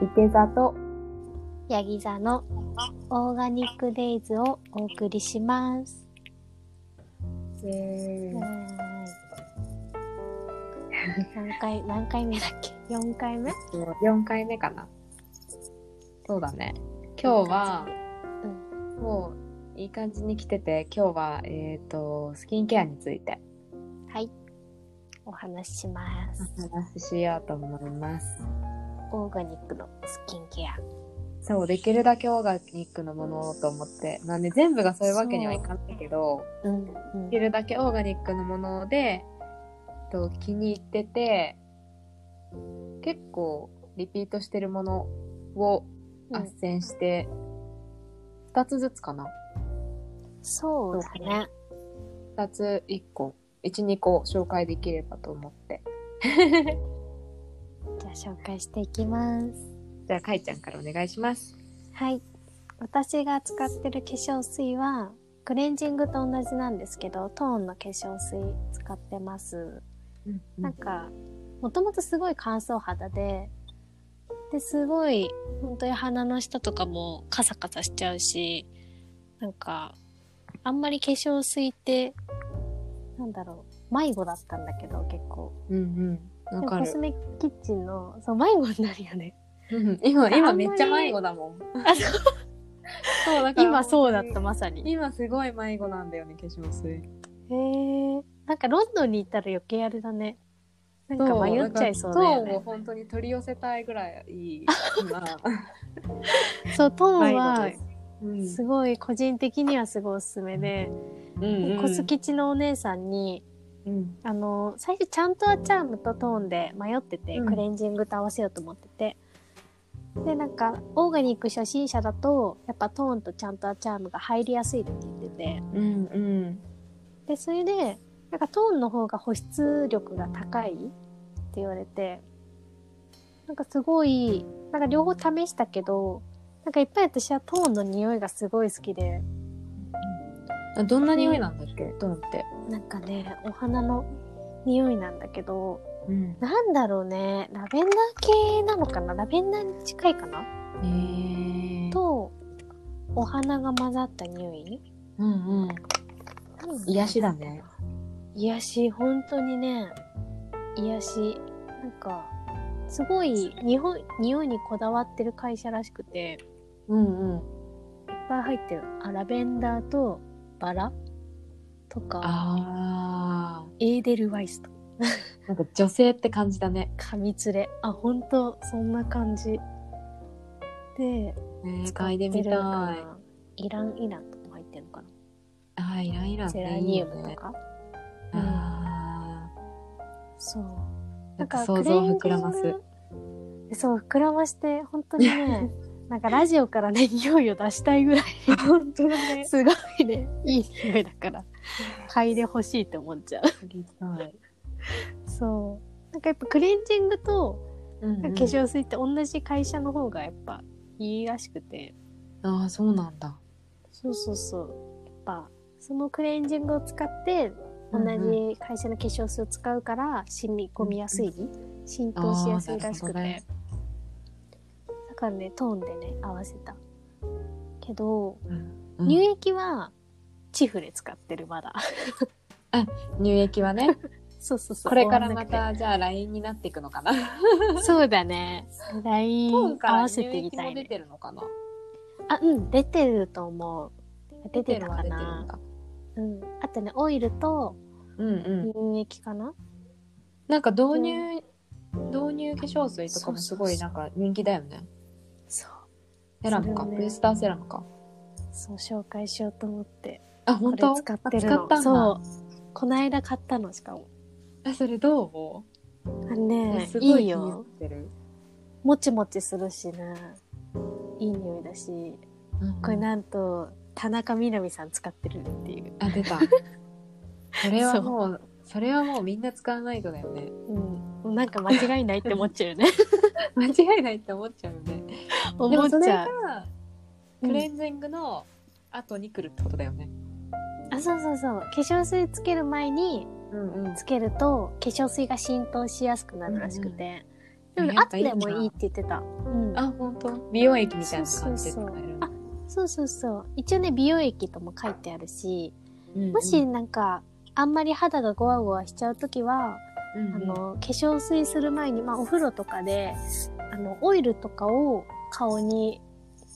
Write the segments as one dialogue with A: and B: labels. A: 池座と
B: ヤギ座のオーガニックデイズをお送りします。
A: え
B: は
A: ー
B: ーい何回、何回目だっけ ?4 回目
A: と4回目かなそうだね今日は、
B: う
A: もういい感じに来てて今日はえっ、とスキンケアについて
B: はい。お話しします。
A: お話ししようと思います
B: オーガニックのスキンケア。
A: そうできるだけオーガニックのものをと思ってまあね全部がそういうわけにはいかないけど
B: うん。
A: できるだけオーガニックのものでえっと気に入ってて結構リピートしてるものを斡旋して、2つずつかな
B: そうだね。
A: 2つ1個12個紹介できればと思って
B: じゃあ紹介していきます。
A: じゃあかいちゃんからお願いします
B: はい。私が使ってる化粧水は、クレンジングと同じなんですけど、トーンの化粧水使ってます。なんか、もともとすごい乾燥肌で、で、すごい、本当に鼻の下とかもカサカサしちゃうし、なんか、あんまり化粧水って、なんだろう、迷子だったんだけど、結構。
A: うんうんわ
B: でも
A: か
B: コス
A: る
B: メキッチンの、そう、迷子になるよね。
A: うん 今今
B: あんま
A: め
B: り
A: っちゃ迷子だもん
B: あそう
A: そうだから
B: 今そうだった、まさに。
A: 今すごい迷子なんだよね化粧水
B: へえ、なんかロンドンに行ったら余計あれだね。なんか迷っちゃいそうだよ
A: そう
B: ね。
A: 本当に取り寄せたいぐらいいい今
B: そう、トーンは
A: 迷子です
B: すごい個人的にはすごいおすすめで、
A: うん
B: コス、吉のお姉さんに、
A: うん
B: あの、最初ちゃんとはチャームとトーンで迷ってて、
A: うん
B: クレンジングと合わせようと思ってて。で、なんか、オーガニック初心者だと、やっぱトーンとちゃんとはチャームが入りやすいって言ってて、
A: うんうん
B: で、それで、なんかトーンの方が保湿力が高いって言われて、なんかすごい、なんか両方試したけど、なんかいっぱい私はトーンの匂いがすごい好きで、
A: あどんな匂いなんだっけトーンって、
B: なんかね、お花の匂いなんだけど、
A: うん、
B: なんだろうね、ラベンダー系なのかなラベンダーに近いかな
A: へえ
B: と、お花が混ざった匂い
A: うんうん癒しだね
B: 癒し本当にね癒しなんかすごい日本匂いにこだわってる会社らしくていっ
A: うんうん
B: ぱい入ってるあラベンダーとバラとか
A: あ
B: エーデルワイスとか
A: ーなんか女性って感じだね、
B: 紙連れあ本当そんな感じで
A: ね
B: 使っ
A: 嗅
B: て
A: いでみ
B: る
A: た
B: か
A: い
B: らイランイランとかも入ってるのか
A: あーイライラ
B: な
A: っていい
B: ゼラ
A: よ
B: ニウムと
A: ね
B: か、
A: あ
B: そう
A: ーなんか想像膨らます
B: クレンジングそう膨らまして本当に ねなんかラジオからね匂いを出したいぐら い
A: 本当だね
B: すごいねいい匂いだから嗅いでほしいって思っちゃうそうなんかやっぱクレンジングと
A: うん
B: 化
A: うん、
B: 粧水って同じ会社の方がやっぱいいらしくて
A: ああそうなんだ
B: そうそうそうやっぱそのクレンジングを使って同
A: うん
B: じ会社の化粧水を使うから染み込みやすい、浸透しやすいらしく
A: あーなるほど
B: て、
A: ね
B: だからねトーンでね合わせたけど、
A: うんうん
B: 乳液はチフレ使ってるまだ
A: 乳液は ね
B: そうそうそう
A: これからま
B: 終わんなく
A: たじゃあ LINE になっていくのかな
B: てそうだねライ
A: 本
B: ン
A: か
B: 合
A: ら
B: わ
A: 乳
B: せてい
A: 液
B: きた
A: も
B: い、
A: 出
B: ね、
A: てるのかな
B: あうん出てると思う出てたか
A: 出てるは
B: なうんあとねオイルと
A: 出てるんだうんうん
B: 乳液かな、
A: なんか導入、導入化粧水とかもすごいなんか人気だよね。
B: そう
A: セラム
B: そ
A: か、
B: うね
A: ブースターセラムか。
B: そう紹介しようと思って
A: あ、本当
B: これ使ってる
A: あ使
B: の
A: ったんだ。。
B: そううこないだ買ったのしかも
A: え、それど
B: あ
A: う、
B: ね
A: すご
B: い
A: い
B: い
A: 気にな
B: よ
A: ってる。
B: もちもちするしねいい匂いだし
A: うん
B: これなんと田中みな実さん使ってるっていう、
A: あ、 出た。それはもう、それはもうみんな使わないとだよね。
B: うん、もうなんか間違いないって思っちゃう よね
A: 間違いないって思っちゃうよね。
B: 思っちゃ
A: でも
B: う
A: それが
B: うん
A: クレンジングの後に来るってことだよね。
B: あそうそうそう化粧水つける前に
A: うんうん。
B: つけると化粧水が浸透しやすくなるらしくて、でも
A: ね
B: ね、
A: やっ
B: 後
A: ぱいいな
B: でもいいって言ってた。うん。
A: あ、本当。美容液みたいな感じで使える。
B: あ、そうそうそう。一応ね、美容液とも書いてあるし、
A: うんうん
B: もし、なんか、あんまり肌がゴワゴワしちゃうときは、
A: うんうん
B: あの、化粧水する前に、まあ、お風呂とかで、あの、オイルとかを顔に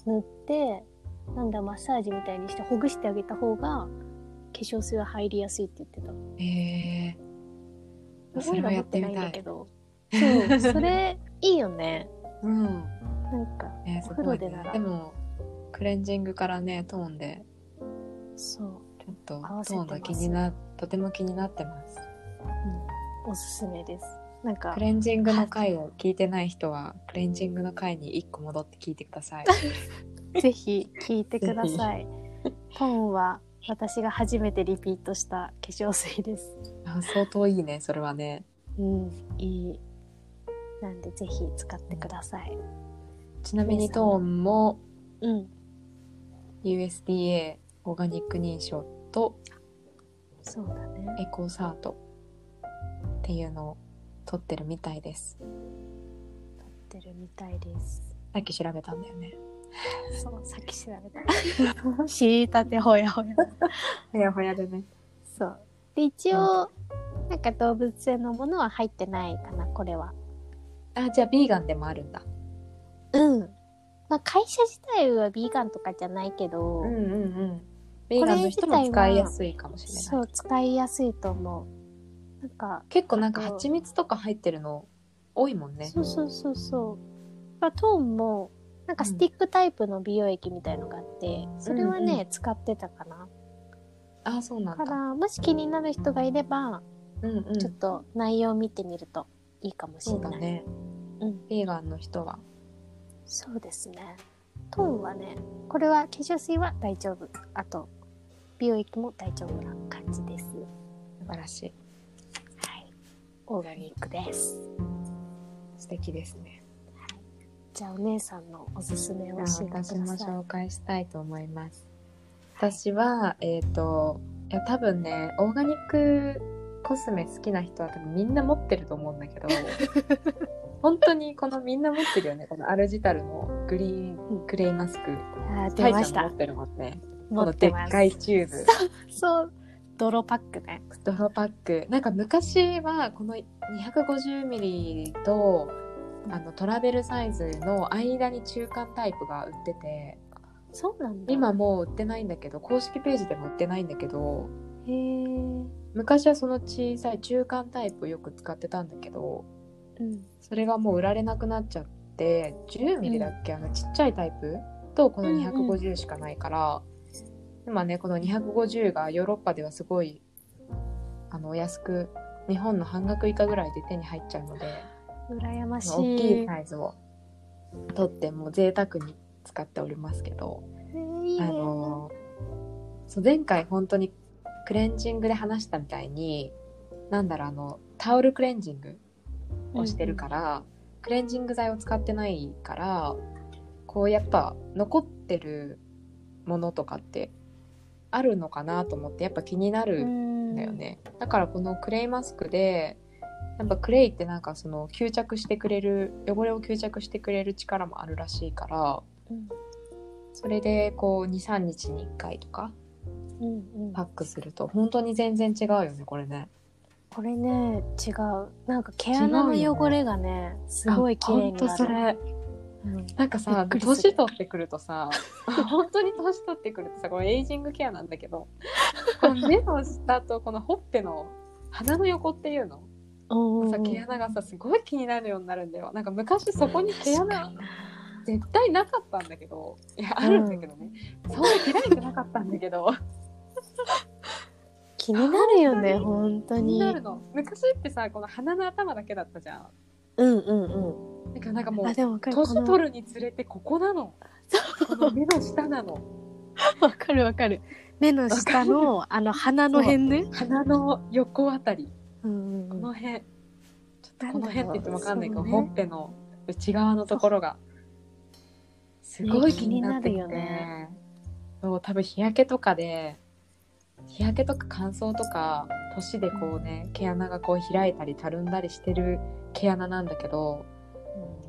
B: 塗って、なんだ、マッサージみたいにしてほぐしてあげた方が、化粧水は入りやすいって言ってた。
A: へえ。
B: オ
A: それ
B: イル
A: は
B: は持
A: や
B: っ
A: って
B: てない
A: み
B: ん
A: た
B: だけ
A: い。
B: ど。そ う、それ、いいよね。
A: うん。
B: なんか、
A: えー、
B: お
A: す
B: 風
A: ご
B: 呂
A: い
B: で
A: ね
B: なら
A: でも、クレンジングからね、トーンで、
B: そう、
A: ちょっと、ト
B: 合わせて
A: ー
B: ま
A: ン
B: す
A: が気にな、とても気になってます。
B: おすすめです。なんか
A: ク、レンジングの回を聞いてない人は、クレンジングの回に一個戻って聞いてくだ さい。
B: ぜひ聞いてください。トーンは、私が初めてリピートした化粧水です。
A: あ相当いいね、それはね。
B: うん、いい。なんで、ぜひ使ってください。
A: ちなみにトーンも、
B: うん。
A: USDA オーガニック認証と
B: そうだね。
A: エコサートっていうのを取ってるみたいです。
B: 撮ってるみたいです。
A: さっき調べたんだよね。
B: そう、さっき調べた。 知りたてほやほや。
A: ほやほやでね。
B: そう。で、一応、なんか動物性のものは入ってないかな、これは。
A: あ、じゃあビーガンでもあるんだ。
B: うん。まあ、会社自体はビーガンとかじゃないけど、
A: うんうん。ビーガンの人も使いやすいかもしれない。
B: そう、使いやすいと思う。なんか、
A: 結構なんか蜂蜜とか入ってるの多いもんね。
B: そうそうそうそう。まあ、トーンも、なんかスティックタイプの美容液みたいのがあって、それはね、
A: うんう
B: 使ってたかな。
A: あ、そうなん
B: か
A: だ。
B: ら、もし気になる人がいれば、
A: うんう
B: ちょっ
A: ん。
B: と内容を見てみるといいかもし
A: そ
B: れ
A: うだ
B: ない。
A: ね。
B: うん
A: ビーガンの人は。
B: そうですね。トーンはね、これは化粧水は大丈夫。あと、美容液も大丈夫な感じです。
A: 素晴らしい。
B: はい。オーガニックです。
A: 素敵ですね。
B: じゃあお姉さんのおすすめを教え
A: 私
B: てください。
A: も紹介したいと思います。私は、えっ、と、いや多分ね、オーガニックコスメ好きな人は多分みんな持ってると思うんだけ ど、本当にこのみんな持ってるよね、このアルジタルのグリーングレイマスク。
B: あー
A: タ
B: 出
A: イ
B: ま
A: ちゃ
B: し
A: んも
B: た
A: 持。ってるもんね。
B: 持
A: この
B: っ
A: で
B: てま
A: っ
B: す
A: かいチューブ、
B: そう、泥パックね。
A: 泥パック。なんか昔はこの250ミリとあのトラベルサイズの間に中間タイプが売ってて、
B: そうなんだ。
A: 今もう売ってないんだけど、公式ページでも売ってないんだけど、
B: へー
A: 昔はその小さい中間タイプをよく使ってたんだけど、
B: うん。
A: それがもう売られなくなっちゃって、10ミリだっけ、あのちっちゃいタイプとこの250しかないから、今ね、この250がヨーロッパではすごい、あの、お安く、日本の半額以下ぐらいで手に入っちゃうので、
B: 羨ましい。
A: 大きいサイズを取って、もう贅沢に使っておりますけど、
B: えーいい
A: あ
B: ね。
A: のそう前回本当にクレンジングで話したみたいになんだろうあのタオルクレンジングをしてるから、クレンジング剤を使ってないからこうやっぱ残ってるものとかってあるのかなと思ってやっぱ気にな
B: う
A: るん
B: ん
A: だよ。ね、だからこのクレイマスクでやっぱクレイってなんかその吸着してくれる汚れを吸着してくれる力もあるらしいから
B: うん。
A: それでこう23日に1回とか
B: うんうん
A: パックすると本当に全然違うよねこれね
B: これね、違う。なんか毛穴の
A: 違うよね
B: 汚れがね、すごい綺
A: あ
B: 麗にな
A: 本当そ
B: る。
A: れ
B: うん
A: なんか
B: び
A: さ
B: っくりする
A: 年取ってくるとさ 本当に年取ってくるとさこれエイジングケアなんだけどこの目の下とこのほっぺの鼻の横っていうの
B: うんうんう
A: さ
B: ん
A: 毛穴がさすごい気になるようになるんだよなんか昔そこに毛
B: 確か
A: 穴
B: にな
A: 絶対なかったんだけどいやあるんだけどね、そんな開いてなかったんだ けど
B: 気になるよね、本当
A: 気に
B: に。
A: なるの昔ってさこの鼻の頭だけだったじゃん
B: うんうん
A: だからなんか
B: う
A: も
B: ん。
A: う
B: あ、でもわかる。
A: 年
B: この
A: 取るにつれてここな の。この目の下なの。
B: わかるわかる。目の 下の、あの、鼻の辺ね。
A: 鼻の横あたり。
B: うんうんう
A: こ
B: ん。
A: の辺。ちょっと
B: な
A: こ
B: んだろう
A: の辺って言ってもわかんないけど、
B: そうね
A: ほっぺの内側のところが。すごい気になってき
B: ね気
A: て。
B: になるよね
A: そう、多分日焼けとかで、日焼けとか乾燥とか、年でこうね、毛穴がこう開いたりたるんだりしてる毛穴なんだけど、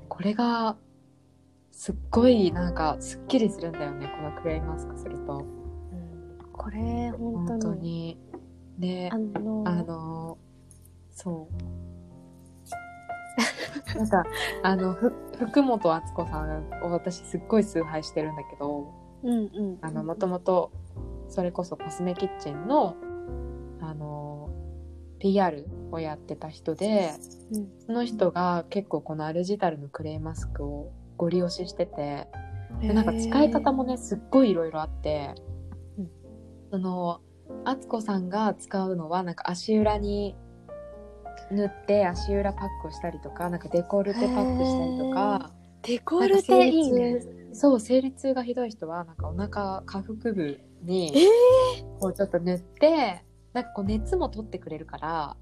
A: これがすっごいなんかすっきりするんだよねこのクレイマスクすると
B: これ本当
A: 本当
B: に
A: にね
B: あの
A: あのそう。 なんか、あの、ふ福本敦子さんを私すっごい崇拝してるんだけど、
B: うんうん
A: あの、もともと、それこそコスメキッチンの、あの、PR をやってた人で、
B: うん
A: その人が結構このアルジタルのクレイマスクをご利用ししてて、でなんか使い方もね、すっごいいろいろあって、
B: うん
A: その敦子さんが使うのはなんか足裏に塗って足裏パックをしたりとかなんかデコルテパックしたりとか
B: デコルテいい
A: な
B: ね
A: んそう生理痛がひどい人はなんかお腹下腹部に
B: え
A: こうちょっと塗ってなんかこう熱も取ってくれるから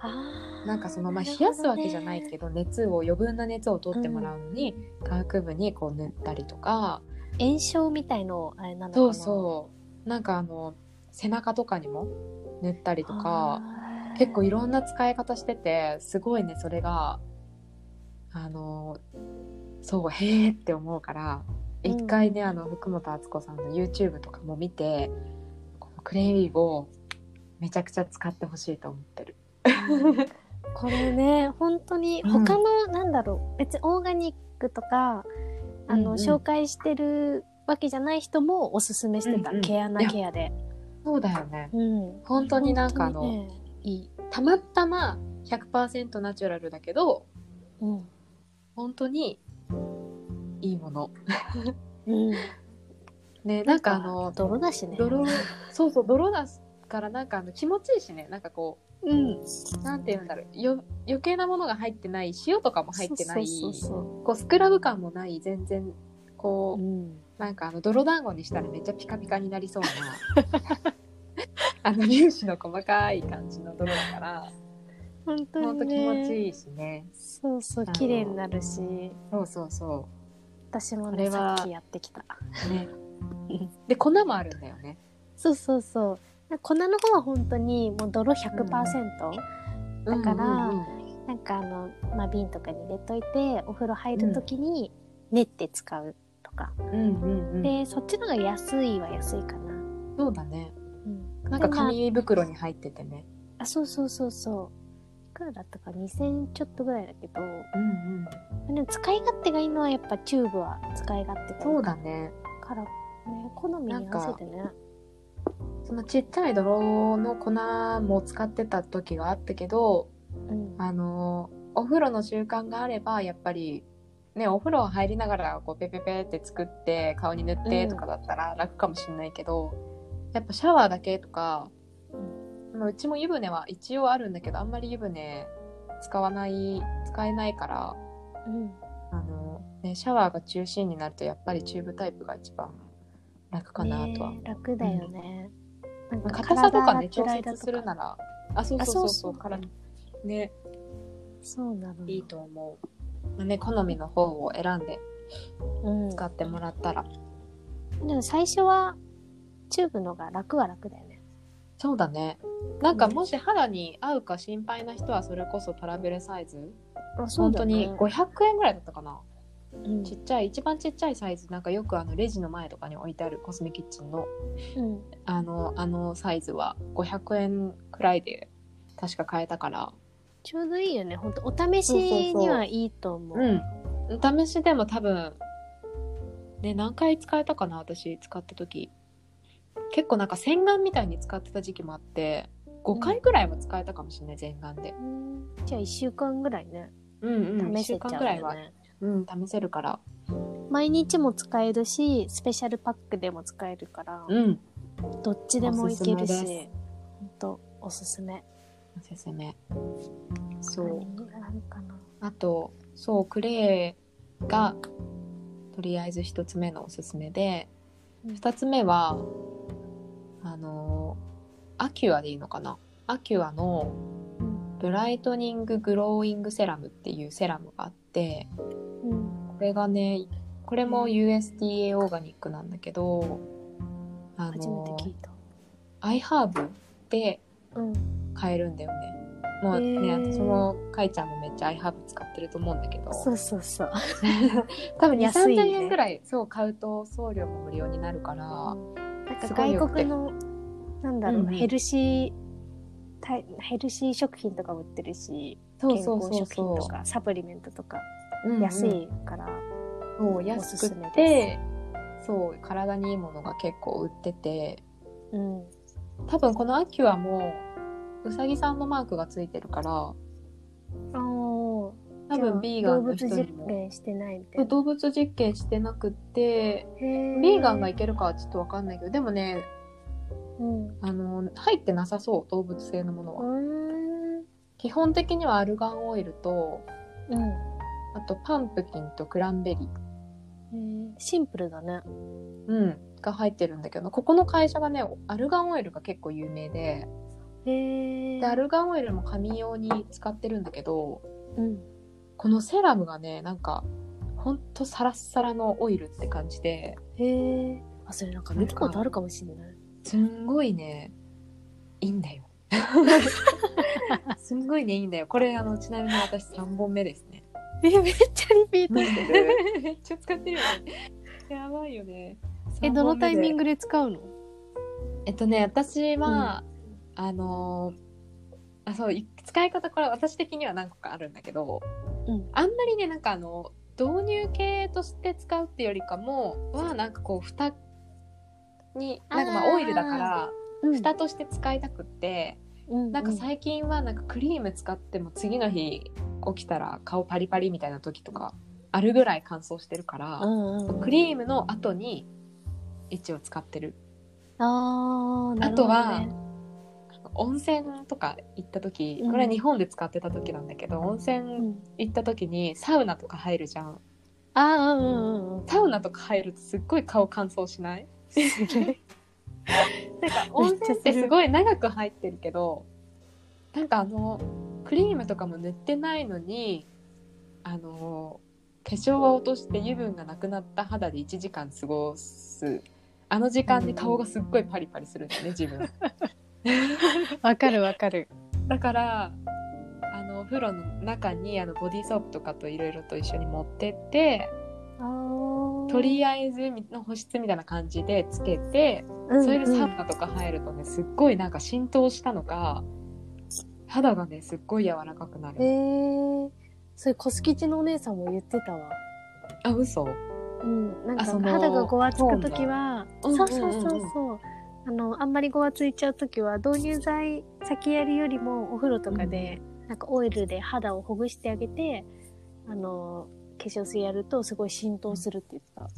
B: あー
A: なんかそのまあ
B: な
A: 冷
B: るほど
A: や
B: ね
A: すわけじゃないけど熱を余分な熱を取ってもらうのに下腹部にこう塗ったりとか。
B: 炎症みたいのをあれなのか
A: そ
B: な
A: うそうなんかあの背中とかにも塗ったりとか
B: あー
A: 結構いろんな使い方しててすごいねそれがあのそうへえって思うから
B: うん
A: 一回ね、あの福本敦子さんの YouTube とかも見てこのクレイビーをめちゃくちゃ使ってほしいと思ってる。
B: これね本当に
A: うん
B: 他の、なんだろう別にオーガニックとかあ
A: う
B: の、
A: んうん
B: 紹介してるわけじゃない人もおすすめしてた、
A: うんうん
B: 毛穴ケアで、
A: そうだよね
B: うん、
A: 本当になんかあの、
B: 本
A: いいたまたま100%ナチュラルだけど
B: 当にね
A: 本当にいいもの。
B: うんうん、
A: ねなんかあの
B: 泥だしね
A: 泥そうそう泥出すからなんかあの気持ちいいしねなんかこ
B: う
A: う
B: ん
A: なんて言うんだろうよ余計なものが入ってない塩とかも入ってない
B: そうそうそう
A: こうスクラブ感もない全然
B: そう、
A: こ
B: う、
A: うんなんかあの泥団子にしたらめっちゃピカピカになりそうな あの粒子の細かい感じの泥だから
B: 本当に、
A: ほ
B: ね、
A: んと気持ちいいしね
B: そうそう
A: あの
B: 綺麗になるし
A: そうそうそ
B: 私
A: こ
B: も
A: れ
B: ねさ
A: は
B: っきやってきた
A: う ねで粉もあるんだよね
B: そうそうそう粉の方は本当にもう泥100%、だから
A: うんうんうん
B: なんかあの、まあ、瓶とかに入れといてお風呂入る時に練って使うとか、
A: うんうんうん
B: でそっちの方が安いは安いかな、
A: そうだね
B: うん、
A: なんか紙袋に入っててね
B: あそうそうそうそういくらだったか2000ちょっとぐらいだけど
A: うんうん
B: でも使い勝手がいいのはやっぱチューブは使い勝手がいい
A: そうだね。
B: からね好みに合わせてね
A: そのちっちゃい泥の粉も使ってた時があったけど、
B: うん
A: あの、お風呂の習慣があれば、やっぱり、ね、お風呂入りながら、こう、ペペペって作って、顔に塗ってとかだったら楽かもしれないけど、やっぱシャワーだけとか、まあうちも湯船は一応あるんだけど、あんまり湯船使わない、使えないから、
B: うん
A: あの、ね、シャワーが中心になると、やっぱりチューブタイプが一番楽かなとは
B: ね楽だよね、なんか
A: 硬さとか
B: 体
A: ね
B: が
A: 調
B: 辛いだ
A: 節するならあそうそうそうそ
B: あそうそう
A: うからね
B: そうなのよ
A: いいと思う、まあね好みの方を選んで
B: うん、
A: 使ってもらったら、
B: でも最初はチューブのが楽は楽だよね
A: そうだねなんかもし肌に合うか心配な人はそれこそトラベルサイズ、
B: あ
A: 本当に500円ぐらいだったかな
B: うん
A: ちっちゃい一番ちっちゃいサイズなんかよくあのレジの前とかに置いてあるコスメキッチンの
B: うん
A: あのあのサイズは500円くらいで確か買えたから
B: ちょうどいいよね本当お試しにはいいと思う
A: うん。お試しでも多分、ね、何回使えたかな、私、使った時。結構なんか洗顔みたいに使ってた時期もあって、5回くらいは使えたかもしれない、全顔で。
B: うんじゃあ1週間ぐらいね
A: うんうん、
B: 試
A: 1
B: せ
A: 週
B: ち
A: 間
B: ゃ
A: くら
B: う
A: い
B: よ
A: は、
B: ね、
A: うん、試せるから。
B: 毎日も使えるしスペシャルパックでも使えるから、
A: うん、
B: どっちでもいける
A: おすすめ
B: し
A: で
B: 本当おすすめ
A: おすすめ。そう。
B: 何があるかな
A: あと、そう、クレーが、とりあえず1つ目のおすすめで、
B: うん
A: 2つ目は、あの、アキュアでいいのかなアキュアの、
B: うん
A: ブライトニンググローイングセラムっていうセラムがあって
B: うん
A: これがねこれも USDA オーガニックなんだけどあ
B: 初めて
A: の
B: 聞いた
A: アイハーブで
B: うん
A: 買えるんだよねもうね、
B: へー
A: 私もかいちゃんもめっちゃアイハーブ使ってると思うんだけど
B: そうそうそう。
A: 多分2 3
B: 安
A: 0
B: いね
A: 0円ぐらいそう買うと送料も無料になるから、
B: なんか
A: すごいよくて
B: 外国の、なんだろう、
A: うんうん
B: ヘルシーたい、ヘルシー食品とかも売ってるし、
A: そうそうそう
B: 健康食品と
A: そ
B: か、サプリメントとか、
A: う、うんうん
B: 安いから。
A: そう
B: おす
A: 安
B: す
A: く
B: めで
A: てそう体にいいものが結構売ってて
B: うん。
A: 多分この秋はもううさぎさんのマークがついてるから
B: あー
A: 多分ビーガンの人
B: 動物
A: に
B: 実
A: も
B: 験してないみた
A: そう
B: いな。
A: 動物実験してなくて
B: へー
A: ビーガンがいけるかはちょっとわかんないけどでもね
B: うん。う
A: あの入ってなさそう動物性のものは、
B: ーん。
A: 基本的にはアルガンオイルと
B: うん。
A: あとパンプキンとクランベリー、
B: へーシンプルだね。
A: うん、が入ってるんだけどここの会社がねアルガンオイルが結構有名で
B: へえ。
A: でアルガンオイルも髪用に使ってるんだけど
B: うん。
A: このセラムがねなんかほんとサラッサラのオイルって感じで
B: へえ。あ、それなんか見たことあるかもしれない。
A: すんごいねいいん だよすんごいねいいんだよこれあのちなみに私3本目ですね
B: え、めっちゃリピートしてる。
A: めっちゃ使ってるよねやばいよね
B: え、どのタイミン
A: グ
B: グで使うの
A: えっとね私は、あのーあそうい使い方これ私的には何個かあるんだけど、
B: うん
A: あんまりねなんかあの導入系として使うってよりかもはなんかこう蓋になんかま
B: あ
A: あ
B: ー
A: オイルだから
B: うん
A: 蓋として使いたくって、なんか最近はなんかクリーム使っても次の日起きたら顔パリパリみたいな時とかあるぐらい乾燥してるから、ク
B: ク
A: リームの後に一応使ってる。
B: あーな
A: あ
B: るほ
A: と
B: ど
A: は、
B: ね
A: 温泉とか行った時
B: うん
A: これは日本で使ってた時なんだけど、温
B: う
A: 泉
B: ん
A: 行った時にサウナとか入るじゃん
B: あーうんうん うん
A: サウナとか入るとすっごい顔乾燥しないなんか温泉ってすごい長く入ってるけどなんかあのクリームとかも塗ってないのにあの化粧は落として油分がなくなった肌で1時間過ごすあの時間に顔がすっごいパリパリするんだ よね自分
B: わかるわかる
A: だからあのお風呂の中にあのボディーソープとかといろいろと一緒に持ってってとりあえずの保湿みたいな感じでつけてそれでサウナとか入るとねすっごいなんか浸透したのか肌がねすっごい柔らかくな
B: え
A: る。
B: それ小杉地のお姉さんも言ってたわ
A: あ嘘
B: うんなん
A: あ
B: か
A: その
B: 肌がごわつく時は
A: そう
B: そ
A: なん
B: う
A: だ
B: そ
A: う
B: うそう
A: んう
B: そ
A: んう
B: うん
A: うん
B: あのあんまりごわついちゃう時は導入剤先やるよりもお風呂とかで、なんかオイルで肌をほぐしてあげてあの化粧水やるとすごい浸透するって言ってた、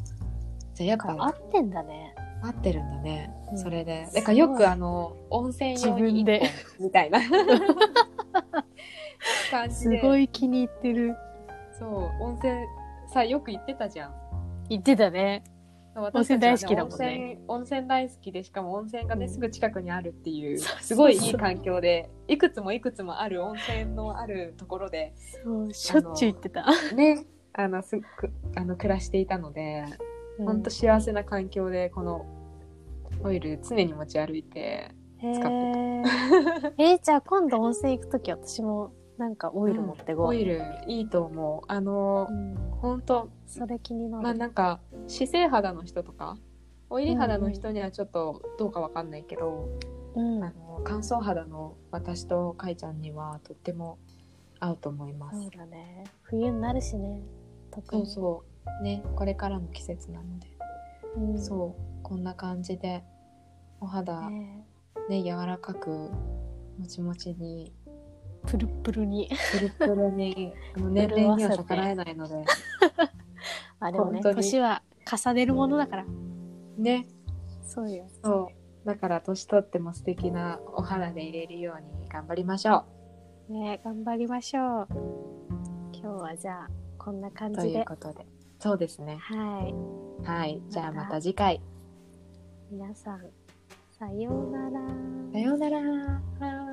A: じゃあやっ
B: だか
A: ぱ
B: ら合ってんだね
A: 合ってるんだね、
B: うん
A: それです
B: ごい
A: だからよくあの温泉用に一
B: 自分で
A: 本みたいな感じ
B: す
A: で
B: ごい気に入ってる
A: そう温泉さよく行ってたじゃん
B: 言ってたね
A: 温
B: 泉大好きだもんね
A: 温泉温泉大好きでしかも温泉がね、
B: うん
A: すぐ近くにあるっていう
B: そうそうそう
A: すごいいい環境でいくつもいくつもある温泉のあるところで
B: そうしょっちゅう言ってた
A: ねあのすっくあの暮らしていたので本当、幸せな環境でこのオイル常に持ち歩いて
B: うん
A: 使 ってた
B: へーえーじゃあ今度温泉行くとき私もなんかオイル持ってこ
A: オ
B: う、
A: イルいいと思うあの
B: うん
A: 本当
B: それ気になる、
A: まあなんか姿勢肌の人とかオイリー肌の人にはちょっとどうかわかんないけど、
B: うん
A: あの乾燥肌の私とかいちゃんにはとっても合うと思いま
B: そう
A: す。
B: だね冬になるしね特
A: そ
B: に
A: うそうねこれからの季節なので、
B: うん
A: そうこんな感じでお肌ね
B: ね
A: 柔らかくもちもちに
B: プルプルに
A: プルプルに あの年齢には逆らえないので
B: あでもね
A: 本当に
B: 年は重ねるものだから、
A: ね
B: そうよ
A: そうだから年取っても素敵なお肌でいれるように頑張りましょ
B: ね頑張りましょう今日はじゃあこんな
A: う
B: 感じ
A: とい
B: で
A: うことでそうですね
B: はい
A: はいじゃあまた次回
B: 皆さんさようなら
A: さようなら